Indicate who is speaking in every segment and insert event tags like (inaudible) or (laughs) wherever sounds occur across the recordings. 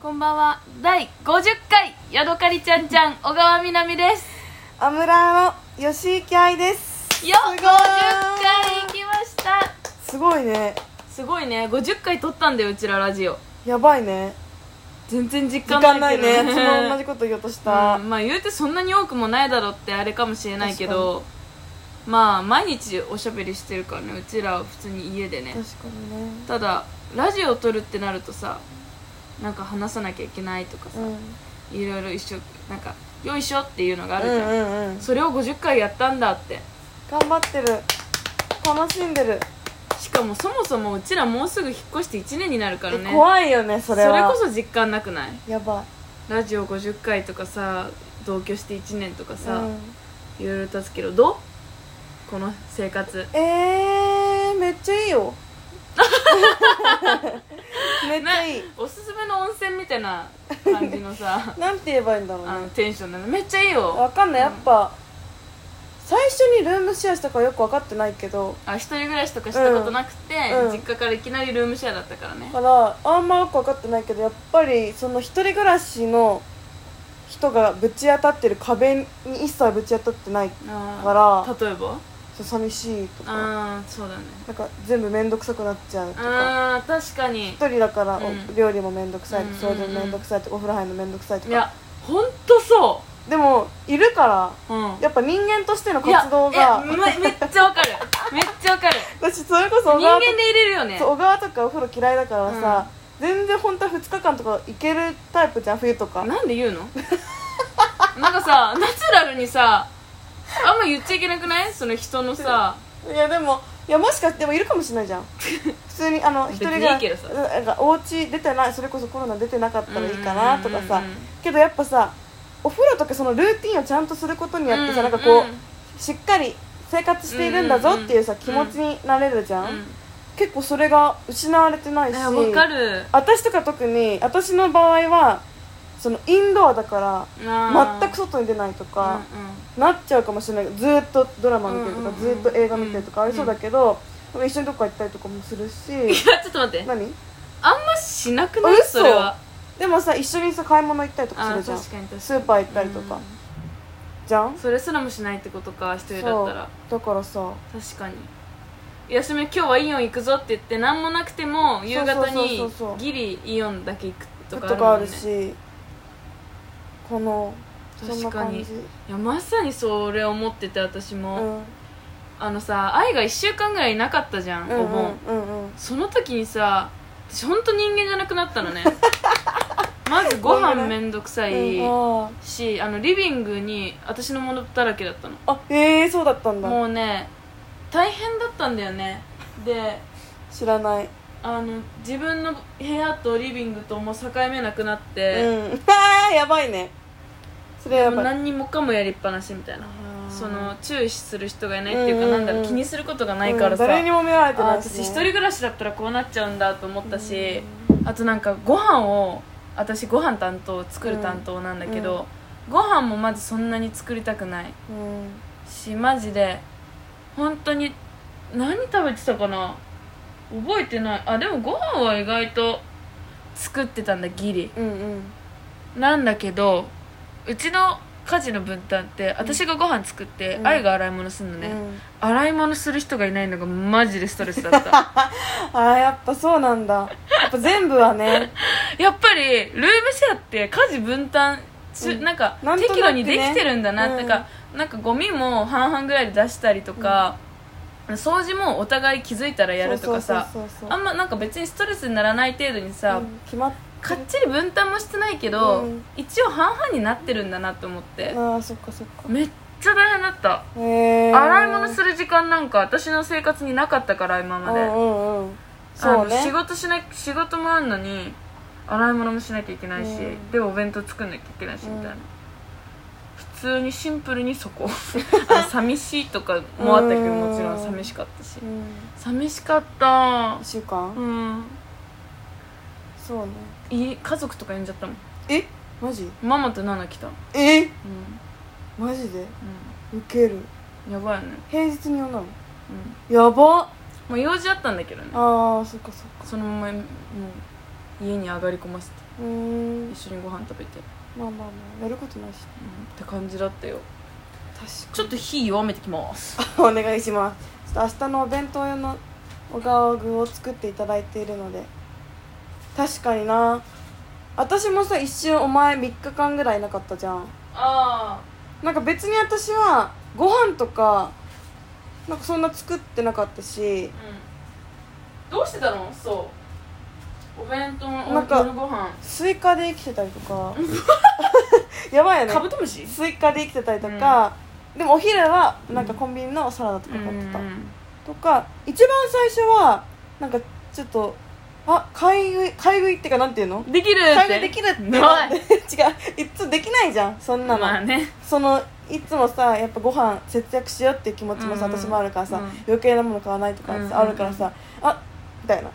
Speaker 1: こんばんは第50回ヤドカリちゃんちゃん小川みなみです
Speaker 2: アムラーの吉行愛です
Speaker 1: よ50回行きました
Speaker 2: すごいね
Speaker 1: すごいね50回撮ったんだようちらラジオ
Speaker 2: やばいね
Speaker 1: 全然実
Speaker 2: 時
Speaker 1: 感
Speaker 2: 間
Speaker 1: な
Speaker 2: ないい
Speaker 1: けど
Speaker 2: ね昨日同じこと言おうとし
Speaker 1: (laughs)
Speaker 2: た、
Speaker 1: うんまあ言うてそんなに多くもないだろうってあれかもしれないけどまあ毎日おしゃべりしてるからねうちらは普通に家でね
Speaker 2: 確かにね
Speaker 1: ただラジオを撮るってなるとさなんか話さなきゃいけないとかさ、
Speaker 2: うん
Speaker 1: いろいろ一緒なんか「よいしょ」っていうのがある
Speaker 2: う
Speaker 1: じゃん、
Speaker 2: んうんうん
Speaker 1: それを50回やったんだって
Speaker 2: 頑張ってる楽しんでる、
Speaker 1: しかもそもそもうちらもうすぐ引っ越して1年になるからね
Speaker 2: え怖いよねそれ
Speaker 1: それ
Speaker 2: は
Speaker 1: こそ実感なくない
Speaker 2: やばい
Speaker 1: ラジオ50回とかさ同居して1年とかさ、
Speaker 2: うん
Speaker 1: いろいろ経つけどどうこの生活
Speaker 2: えー、めっちゃい
Speaker 1: (laughs)
Speaker 2: いよめっちゃいい
Speaker 1: おすすめの温泉みたいな感じの
Speaker 2: (laughs)
Speaker 1: さ
Speaker 2: なんて言えばいいんだろう
Speaker 1: あの
Speaker 2: ね
Speaker 1: テンションなのめっちゃいいよ
Speaker 2: わかんないやっぱ、最初にルームシェアしたからよく分かってないけど
Speaker 1: あ一人暮らしとかしたことなくて、
Speaker 2: うん
Speaker 1: 実家からいきなりルームシェアだったからね
Speaker 2: だからあんまよく分かってないけどやっぱりその一人暮らしの人がぶち当たってる壁に一切ぶち当たってない
Speaker 1: あ
Speaker 2: から
Speaker 1: ー例えば
Speaker 2: そう寂しいとか
Speaker 1: あーそうだね
Speaker 2: なんか全部面倒くさくなっちゃうとか
Speaker 1: あー確かに
Speaker 2: 一人だからお
Speaker 1: うん
Speaker 2: 料理も面倒くさいと
Speaker 1: う
Speaker 2: か掃
Speaker 1: んうんうん
Speaker 2: 除も面倒くさいとかお風呂入るの面倒くさいと
Speaker 1: い
Speaker 2: か
Speaker 1: やほんとそ
Speaker 2: でもいるから
Speaker 1: ううん
Speaker 2: やっぱ人間としての活動
Speaker 1: いや
Speaker 2: が
Speaker 1: いやめめっちゃわかるめっちゃわかる
Speaker 2: (laughs) 私それこそ
Speaker 1: 人
Speaker 2: 小川
Speaker 1: 間
Speaker 2: と
Speaker 1: でいれるよね
Speaker 2: そう小川とかお風呂嫌いだからさ全然本当は2日間とか行けるタイプじゃん冬とか
Speaker 1: なんで言うのなんかさナチュラルにさあんま言っちゃいけなくないその人のさ
Speaker 2: いやでもいやもしかしてもいるかもしれない
Speaker 1: (laughs)
Speaker 2: じゃん普通にあの一人
Speaker 1: 別にいい
Speaker 2: が
Speaker 1: けどさ
Speaker 2: なんかお家出てないそれこそコロナ出てなかったらいいかなとかさ
Speaker 1: うんうんうんうん
Speaker 2: けどやっぱさお風呂とかそのルーティンをちゃんとすることによってさ、なんか
Speaker 1: う
Speaker 2: こ
Speaker 1: んうん
Speaker 2: うしっかり生活しているんだぞっていうさ、
Speaker 1: うん
Speaker 2: 気持ちになれるじゃん、
Speaker 1: う
Speaker 2: 結構それが失われてない
Speaker 1: ん
Speaker 2: し
Speaker 1: あわかる
Speaker 2: 私とか特に私の場合はそのインドアだか
Speaker 1: あ
Speaker 2: ら
Speaker 1: ー
Speaker 2: 全く外に出ないとか、
Speaker 1: うんうん
Speaker 2: なっちゃうかもしれないけどずーっとドラマ見てるとか、
Speaker 1: うんうん
Speaker 2: ずーっと映画見てるとか
Speaker 1: うん
Speaker 2: ありそうだけど、でも一緒にどっか行ったりとかもするし
Speaker 1: いやちょっと待って
Speaker 2: 何
Speaker 1: あんましなくない
Speaker 2: 嘘
Speaker 1: それは
Speaker 2: でもさ一緒にさ買い物行ったりとか
Speaker 1: あ
Speaker 2: する
Speaker 1: ー
Speaker 2: じゃん
Speaker 1: 確かに確かに
Speaker 2: スーパー行ったりとか
Speaker 1: う
Speaker 2: じゃん
Speaker 1: んそれすらもしないってことか一人だったら
Speaker 2: だからさ
Speaker 1: 確かに休み今日はイオン行くぞって言って何もなくても夕方に
Speaker 2: そうそうそうそう
Speaker 1: ギリイオンだけ行くと
Speaker 2: と
Speaker 1: かある
Speaker 2: か
Speaker 1: も
Speaker 2: あ
Speaker 1: ん、ね、
Speaker 2: るしこのそんな感じ
Speaker 1: いやまさにそれ思ってて私
Speaker 2: う
Speaker 1: も、
Speaker 2: ん
Speaker 1: あのさ愛が1週間ぐらいいなかったじゃん、
Speaker 2: うん
Speaker 1: お盆
Speaker 2: うんうん
Speaker 1: その時にさ私本当人間じゃなくなった
Speaker 2: (laughs)
Speaker 1: のねまずご飯めんどくさい
Speaker 2: うんあー
Speaker 1: しあのリビングに私のものだらけだったの
Speaker 2: あえー、そうだったんだ
Speaker 1: もうね大変だったんだよねで
Speaker 2: 知らない
Speaker 1: あの自分の部屋とリビングともう境目なくなっ
Speaker 2: うん (laughs)
Speaker 1: て、
Speaker 2: あーやばいねそれはや
Speaker 1: もう
Speaker 2: ばい
Speaker 1: 何にもかもやりっぱなしみたいな
Speaker 2: あー
Speaker 1: その注意する人がいないっていうか、
Speaker 2: うんうんう
Speaker 1: な
Speaker 2: ん
Speaker 1: んだろう気にすることがないからさ、
Speaker 2: うん誰にも見られて
Speaker 1: あ
Speaker 2: ないし、
Speaker 1: 私一人暮らしだったらこうなっちゃうんだと思ったし、
Speaker 2: うん
Speaker 1: あとなんかご飯を私ご飯担当作る担当なんだけど、ご飯もまずそんなに作りたくない
Speaker 2: うん
Speaker 1: しマジで本当に何食べてたかな覚えてないあでもご飯は意外と作ってたんだギリ
Speaker 2: うんうん
Speaker 1: なんだけどうちの家事の分担って私がご飯作って、
Speaker 2: うん
Speaker 1: 愛が洗い物するのね、
Speaker 2: うん、
Speaker 1: 洗い物する人がいないのがマジでストレスだった
Speaker 2: ああやっぱそうなんだやっぱ全部はね
Speaker 1: やっぱりルームシェアって家事分担す、
Speaker 2: うん
Speaker 1: なんか
Speaker 2: なんとなく
Speaker 1: 適
Speaker 2: ね
Speaker 1: 度にできてるんだな
Speaker 2: うん
Speaker 1: とか、なんかゴミも半々ぐらいで出したりとか、掃除もお互い気づいたら (laughs) やるとかさ
Speaker 2: そうそうそうそう
Speaker 1: あんまなんか別にストレスにならない程度にさ、
Speaker 2: うん決まっ
Speaker 1: かっちり分担もしてないけど、
Speaker 2: うん
Speaker 1: 一応半々になってるんだなと思って、
Speaker 2: ああそっかそっか
Speaker 1: めっちゃ大変だった、
Speaker 2: へえ
Speaker 1: 洗い物
Speaker 2: る
Speaker 1: する時間なんか私の生活になかったから今ま
Speaker 2: ま
Speaker 1: で、
Speaker 2: でうんうん
Speaker 1: そ
Speaker 2: そううね
Speaker 1: 仕事しな仕事もあるのに洗い物もしなきゃいけないし、
Speaker 2: うん
Speaker 1: でお弁当作んなきゃいけないしみたいな、
Speaker 2: うん
Speaker 1: 普通にシンプルにそ
Speaker 2: (laughs)
Speaker 1: こあの寂しいとかもあったけど
Speaker 2: うん
Speaker 1: もちろん寂しかったし
Speaker 2: うん
Speaker 1: 寂しかった
Speaker 2: 1週間、
Speaker 1: うん
Speaker 2: そうね
Speaker 1: い家族とか呼んじゃったもん
Speaker 2: えマジ
Speaker 1: ママとナナ来た、うん
Speaker 2: えマジでウケる
Speaker 1: うん、やばいよね、
Speaker 2: 平日に呼んだの
Speaker 1: うん
Speaker 2: やば
Speaker 1: まあ、用事あったんだけどね
Speaker 2: ああそっかそっか
Speaker 1: そのままもう家に上がり込ませて
Speaker 2: うーん
Speaker 1: 一緒にご飯食べて、
Speaker 2: まあまあまあやることない
Speaker 1: うん
Speaker 2: し
Speaker 1: って感じだったよち
Speaker 2: 確
Speaker 1: ょっと火弱めてきます
Speaker 2: かにお願いしますちょっと明日のお弁当用のお顔具を作っていただいているので確かにな私もさ一瞬お前3日間ぐらいいなかったじゃん
Speaker 1: あ
Speaker 2: なんか別に私はご飯とかなんかそんな作ってなかったし
Speaker 1: あうんどうしてたのそうお弁当の
Speaker 2: なんか
Speaker 1: 夜ご飯
Speaker 2: スイカで生きてたりとかやばいよね
Speaker 1: カブトムシ
Speaker 2: スイカで生きてたりとか、でもお昼はなんかコンビニのサラダとか買ってた、とか一番最初はなんかちょっとあ買い食い買い食いってかなんていうの
Speaker 1: できるっ
Speaker 2: 買い
Speaker 1: て
Speaker 2: 食いできるって
Speaker 1: ない
Speaker 2: (laughs) 違ういつできないじゃんそんなの、
Speaker 1: まあね
Speaker 2: そのいつもさやっぱご飯節約しようっていう気持ちもさ、
Speaker 1: うんうん
Speaker 2: 私もあるからさ、
Speaker 1: うん
Speaker 2: 余計なもの買わないとか
Speaker 1: う
Speaker 2: さ、
Speaker 1: んうんうん
Speaker 2: あるからさあみたいな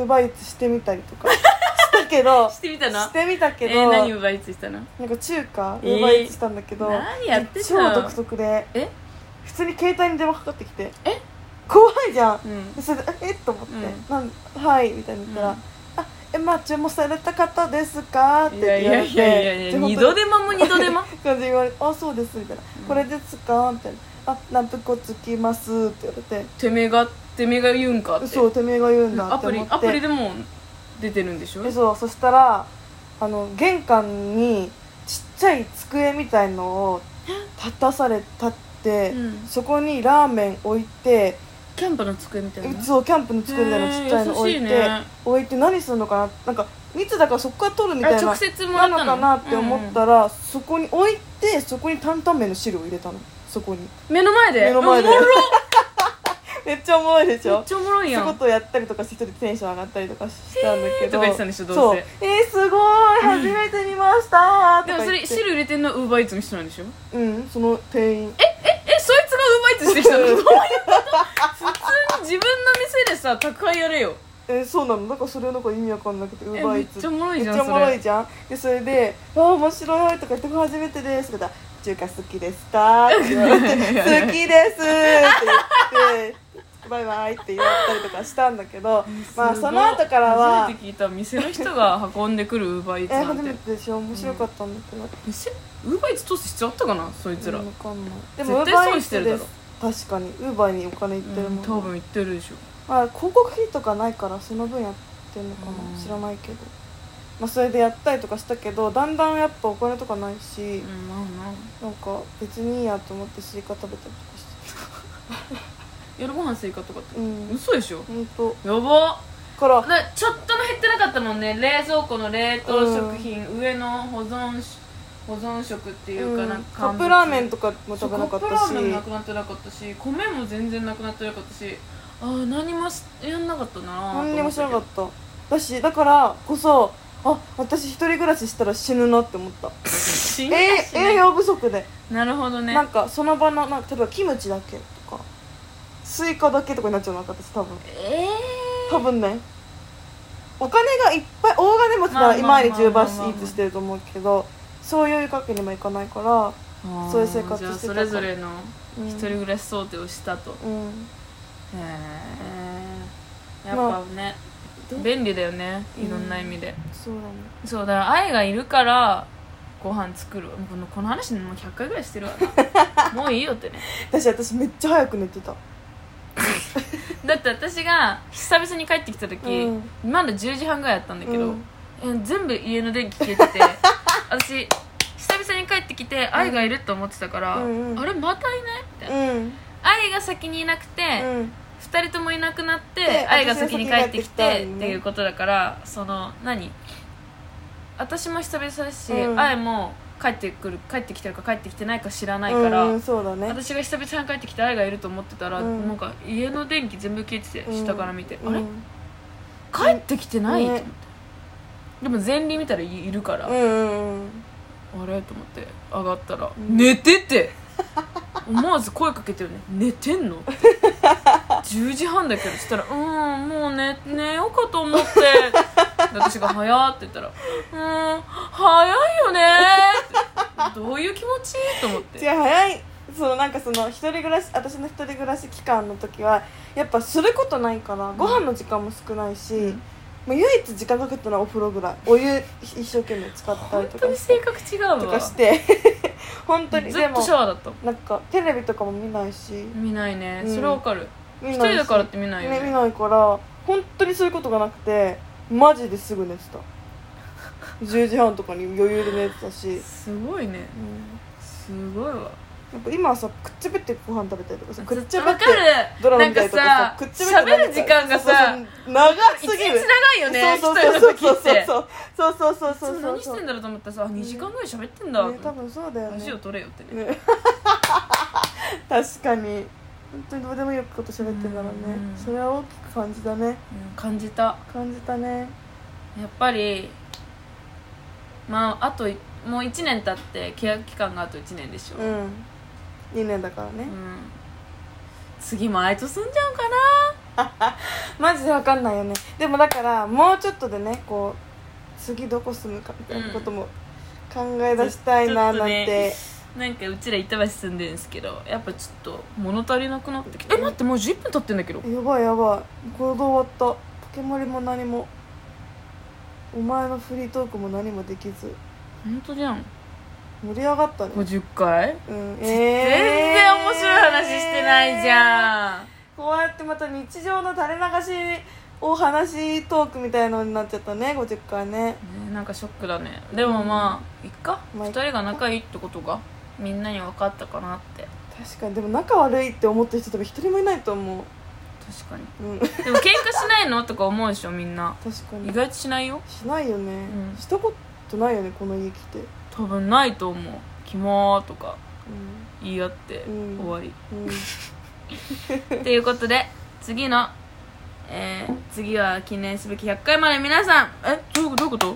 Speaker 2: 奪いしてみたり
Speaker 1: (laughs)
Speaker 2: とかしたけど
Speaker 1: してみたな
Speaker 2: してみたけど、
Speaker 1: えー、何奪いついたの
Speaker 2: なんか中華
Speaker 1: えー
Speaker 2: 奪いしたんだけど、
Speaker 1: 何やってた
Speaker 2: 超独特で
Speaker 1: え
Speaker 2: 普通に携帯に電話かかってきて
Speaker 1: え
Speaker 2: 怖いじゃん
Speaker 1: うん
Speaker 2: それでえっと思って
Speaker 1: うん
Speaker 2: 「なんはい」みたいに言ったら
Speaker 1: う
Speaker 2: 「
Speaker 1: ん
Speaker 2: あえまあ注文された方ですか?」って
Speaker 1: い
Speaker 2: 言わ
Speaker 1: や
Speaker 2: れて
Speaker 1: いやいやいやいや
Speaker 2: 本当に
Speaker 1: 二度手間も二度手間
Speaker 2: (laughs) 感じで言われて「あそうです」みたいな「これですか?」みたいな「あ何個つきます」って言われて
Speaker 1: てめえがてめえが言うんかっ
Speaker 2: 「
Speaker 1: て
Speaker 2: そうてめえが言うんだ」
Speaker 1: ア
Speaker 2: って
Speaker 1: プリ
Speaker 2: 思って
Speaker 1: アプリでも出てるんでしょ
Speaker 2: えそうそしたらあの玄関にちっちゃい机みたいのを立たされたって、
Speaker 1: うん
Speaker 2: そこにラーメン置いて
Speaker 1: キャンプの机みたいな
Speaker 2: そうキャンプの机みたいな
Speaker 1: へー
Speaker 2: ちっちゃいの置いて、
Speaker 1: 優しいね
Speaker 2: 置いて何するのかななんか密だからそこから取るみたい
Speaker 1: あ
Speaker 2: な
Speaker 1: 直接もらったの
Speaker 2: なのかなって思ったら、そこに置いてそこに担々麺の汁を入れたのそこに
Speaker 1: 目の前で
Speaker 2: 目の前で
Speaker 1: おもろ
Speaker 2: (laughs) めっちゃおもろいでし
Speaker 1: め
Speaker 2: ょ
Speaker 1: っちゃおもろい
Speaker 2: そ
Speaker 1: や
Speaker 2: ういうこ
Speaker 1: ん
Speaker 2: とをやったりとかして一人でテンション上がったりとかしたんだけ
Speaker 1: へーと
Speaker 2: ど
Speaker 1: か言ってたんでしょどうせ
Speaker 2: そうえー、すごい初めて見ましたーと
Speaker 1: で
Speaker 2: か
Speaker 1: もそ
Speaker 2: 言っ
Speaker 1: れ
Speaker 2: て
Speaker 1: 汁入れてんのはウーバーイーツの人なんでしょ
Speaker 2: うんその店員
Speaker 1: えそいつがウーバーイーツしてきたの (laughs) どういう
Speaker 2: う
Speaker 1: こ
Speaker 2: ん
Speaker 1: と普通に自分の店でさ宅配やれよ
Speaker 2: えーそうなのだからそれはなんか意味わかんなくてウ
Speaker 1: え
Speaker 2: ーバー
Speaker 1: め
Speaker 2: イ
Speaker 1: っ
Speaker 2: ーツ
Speaker 1: ちゃおもろ
Speaker 2: め
Speaker 1: い
Speaker 2: っ
Speaker 1: じゃ
Speaker 2: ち
Speaker 1: ん
Speaker 2: ゃお
Speaker 1: そ
Speaker 2: もろい
Speaker 1: れ
Speaker 2: じゃんでそれで「ああ面白い」とか言って「初めてです」とか言ったら「中華好きですか?」って言われて「好きです」って言って「バイバイ」って言ったりとかしたんだ
Speaker 1: (laughs)
Speaker 2: けどまあ
Speaker 1: すご
Speaker 2: そ
Speaker 1: い
Speaker 2: の後からは
Speaker 1: 初めて聞いた店の人が運んでくるウーバーイー
Speaker 2: 「
Speaker 1: ツ
Speaker 2: え
Speaker 1: な
Speaker 2: 初
Speaker 1: ん
Speaker 2: め
Speaker 1: て
Speaker 2: てでしょ面白かったんだけど」
Speaker 1: 店ウーバーイーツ通す必要あったかなそいつら、
Speaker 2: わかんないでもウ
Speaker 1: 絶
Speaker 2: ーバ
Speaker 1: 対
Speaker 2: ー
Speaker 1: 損
Speaker 2: イー
Speaker 1: して
Speaker 2: ツ
Speaker 1: る
Speaker 2: で
Speaker 1: だ
Speaker 2: す
Speaker 1: ろ
Speaker 2: 確かにウーバーにお金いってる
Speaker 1: うん
Speaker 2: もん、
Speaker 1: 多分行ってるでしょ
Speaker 2: まあ広告費とかないからその分やってんのかな、
Speaker 1: うん
Speaker 2: 知らないけどまあそれでやったりとかしたけどだんだんやっぱお金とかないし、
Speaker 1: うんまあまあ
Speaker 2: なんか別にいいやと思ってスイカ食べたりとかして
Speaker 1: 夜ご飯スイカとかって
Speaker 2: うん
Speaker 1: 嘘でしょ
Speaker 2: 本当
Speaker 1: やば
Speaker 2: から
Speaker 1: だちょっとも減ってなかったもんね冷蔵庫の冷凍食品、上の保存し保存食っていうか、
Speaker 2: うん
Speaker 1: なんか
Speaker 2: カ
Speaker 1: 乾
Speaker 2: ッ
Speaker 1: 物
Speaker 2: プラーメンとかも
Speaker 1: そう
Speaker 2: 食
Speaker 1: カ
Speaker 2: べなか
Speaker 1: ッ
Speaker 2: っ
Speaker 1: プ
Speaker 2: た
Speaker 1: ラ
Speaker 2: し
Speaker 1: ーメンなくなってなかったし米も全然なくなってなかったしああ何もしやんなかったな
Speaker 2: 何にもしなかったただしだからこそあ私一人暮らししたら死ぬなって思った
Speaker 1: 死んだ
Speaker 2: え
Speaker 1: し
Speaker 2: 栄
Speaker 1: ね
Speaker 2: 養不足で、
Speaker 1: なるほどね
Speaker 2: なんかその場のなんか例えばキムチだけとかスイカだけとかになっちゃうのか私多分
Speaker 1: え
Speaker 2: 多分ねお金がいっぱい大金持ちなら
Speaker 1: まあまあまあまあ
Speaker 2: 今より10倍イーツしてると思うけどそういうわけにもいかないから
Speaker 1: えー、
Speaker 2: そういう生活
Speaker 1: じゃあ
Speaker 2: し
Speaker 1: そ
Speaker 2: てたから
Speaker 1: れぞれの
Speaker 2: うん
Speaker 1: 一人暮らし想定をしたと、
Speaker 2: うん
Speaker 1: へえやっぱね、
Speaker 2: まあ
Speaker 1: 便利だよね
Speaker 2: うん
Speaker 1: いろんな意味で、
Speaker 2: そうだね
Speaker 1: そうだから愛がいるからご飯作るこのこの話もう100回ぐらいしてるわな
Speaker 2: (laughs)
Speaker 1: もういいよってね
Speaker 2: 私私めっちゃ早く寝てた
Speaker 1: だって私が久々に帰ってきた時、
Speaker 2: う
Speaker 1: まだ10時半ぐらいだったんだけど、
Speaker 2: うん
Speaker 1: え全部家の電気消え
Speaker 2: (laughs)
Speaker 1: てて私久々に帰ってきて愛がいると思ってたから、
Speaker 2: うんうん
Speaker 1: あれまたいないみたいな、
Speaker 2: うん
Speaker 1: 愛が先にいなくて、
Speaker 2: うん
Speaker 1: 2人ともいなくなって
Speaker 2: で
Speaker 1: 愛が先に帰ってきて
Speaker 2: 私が先に帰ってきたのね
Speaker 1: っていうことだからその何私も久々だし、
Speaker 2: うん
Speaker 1: 愛も帰ってくる帰ってきてるか帰ってきてないか知らないから、
Speaker 2: うんうんそうだね
Speaker 1: 私が久々に帰ってきて愛がいると思ってたら、
Speaker 2: うん
Speaker 1: なんか家の電気全部消えてて、
Speaker 2: うん
Speaker 1: 下から見て、
Speaker 2: うん
Speaker 1: あれ
Speaker 2: う
Speaker 1: 帰ってきてない、
Speaker 2: ね
Speaker 1: と思ってでも前輪見たらいいるから、
Speaker 2: んうんうん
Speaker 1: あれと思って上がったら、
Speaker 2: ん
Speaker 1: 寝てて思わず声かけてるね寝てんのって10時半だけどそしたら「うんもう寝寝ようかと思って」で私が「早」って言ったら「うん早いよね」ってどういう気持ちと思っ
Speaker 2: 違う
Speaker 1: て
Speaker 2: 早いそのなんかその一人暮らし私の一人暮らし期間の時はやっぱすることないからご飯の時間も少ないし、
Speaker 1: うん
Speaker 2: もう唯一時間かけたのはお風呂ぐらいお湯一生懸命使ったり
Speaker 1: 本
Speaker 2: と
Speaker 1: 当
Speaker 2: か
Speaker 1: に
Speaker 2: して
Speaker 1: 性格違うわ
Speaker 2: とかして (laughs) 本当に
Speaker 1: ず
Speaker 2: で
Speaker 1: っと
Speaker 2: も
Speaker 1: シャワーだった
Speaker 2: なんかテレビとかも見ないし
Speaker 1: 見ないね
Speaker 2: うん
Speaker 1: それはわかる
Speaker 2: 見
Speaker 1: 一
Speaker 2: ないし
Speaker 1: 人だからって見ないよ
Speaker 2: ね見
Speaker 1: ね
Speaker 2: ないから本当にそういうことがなくてマジですぐ寝てた10時半とかに余裕で寝てたし、うん、
Speaker 1: すごいねすごいわ
Speaker 2: やっぱ今はさくっちゃべってご飯食べたりとかさくっちゃべ
Speaker 1: わ
Speaker 2: って
Speaker 1: かる
Speaker 2: ドラマ
Speaker 1: な
Speaker 2: 見
Speaker 1: ん
Speaker 2: た
Speaker 1: か
Speaker 2: りとかさ
Speaker 1: さ
Speaker 2: くっちゃべって
Speaker 1: 喋る時間がさ
Speaker 2: そうそう長
Speaker 1: 一
Speaker 2: す
Speaker 1: 日
Speaker 2: ぎ
Speaker 1: 長
Speaker 2: る
Speaker 1: いよね一人
Speaker 2: そうそう
Speaker 1: の
Speaker 2: そう
Speaker 1: 時って
Speaker 2: そうそうそう
Speaker 1: そ
Speaker 2: そう
Speaker 1: れ
Speaker 2: そう
Speaker 1: 何し
Speaker 2: そう
Speaker 1: てんだろうと思ったらさ2時間ぐらい喋ってんだ
Speaker 2: ね多分そうだよね
Speaker 1: ラジオ撮れよってね
Speaker 2: ね確かに本当にどうでもいいこと喋ってるからね
Speaker 1: うん
Speaker 2: それは大きく感じたね
Speaker 1: うん感じた
Speaker 2: 感じたね
Speaker 1: やっぱりまああといもう1年経って契約期間があと1年でしょ、
Speaker 2: うん2年だから
Speaker 1: う
Speaker 2: ね
Speaker 1: ん次もあいつ住んじゃうか
Speaker 2: マジで分かんないよねでもだからもうちょっとでねこう次どこ住むかみたいなことも考え出したいな
Speaker 1: うん
Speaker 2: なんて、
Speaker 1: ななんかうちら板橋住んでるんですけどやっぱちょっと物足りなくなってきてえ待ってもう10分経ってんだけど
Speaker 2: やばいやばい行動終わったポケモリも何もお前のフリートークも何もできず
Speaker 1: 本当じゃん
Speaker 2: 盛り上がったね、
Speaker 1: 50回
Speaker 2: うん、
Speaker 1: 全然面白い話してないじ
Speaker 2: ん
Speaker 1: ゃん、
Speaker 2: こうやってまた日常の垂れ流しお話トークみたいのになっちゃったね50回ね
Speaker 1: ね、なんかショックだねでもまあいっか、
Speaker 2: まあ
Speaker 1: 2人が仲いいってことがみんなに分かったかなって
Speaker 2: 確かにでも仲悪いって思ってる人とか一人もいないと思う
Speaker 1: 確 (laughs) かに
Speaker 2: うん
Speaker 1: でも喧嘩しないのとか思うでしょみんな
Speaker 2: 確か
Speaker 1: 意
Speaker 2: に
Speaker 1: 外としないよ
Speaker 2: しないよね、
Speaker 1: うん
Speaker 2: したことないよねこの家来て
Speaker 1: 多分ないと思う「キモー」とか言い合って
Speaker 2: うん
Speaker 1: 終わり、
Speaker 2: うん、うん、
Speaker 1: ということで次のえー、次は記念すべき100回まで皆さんえどういうどういうこと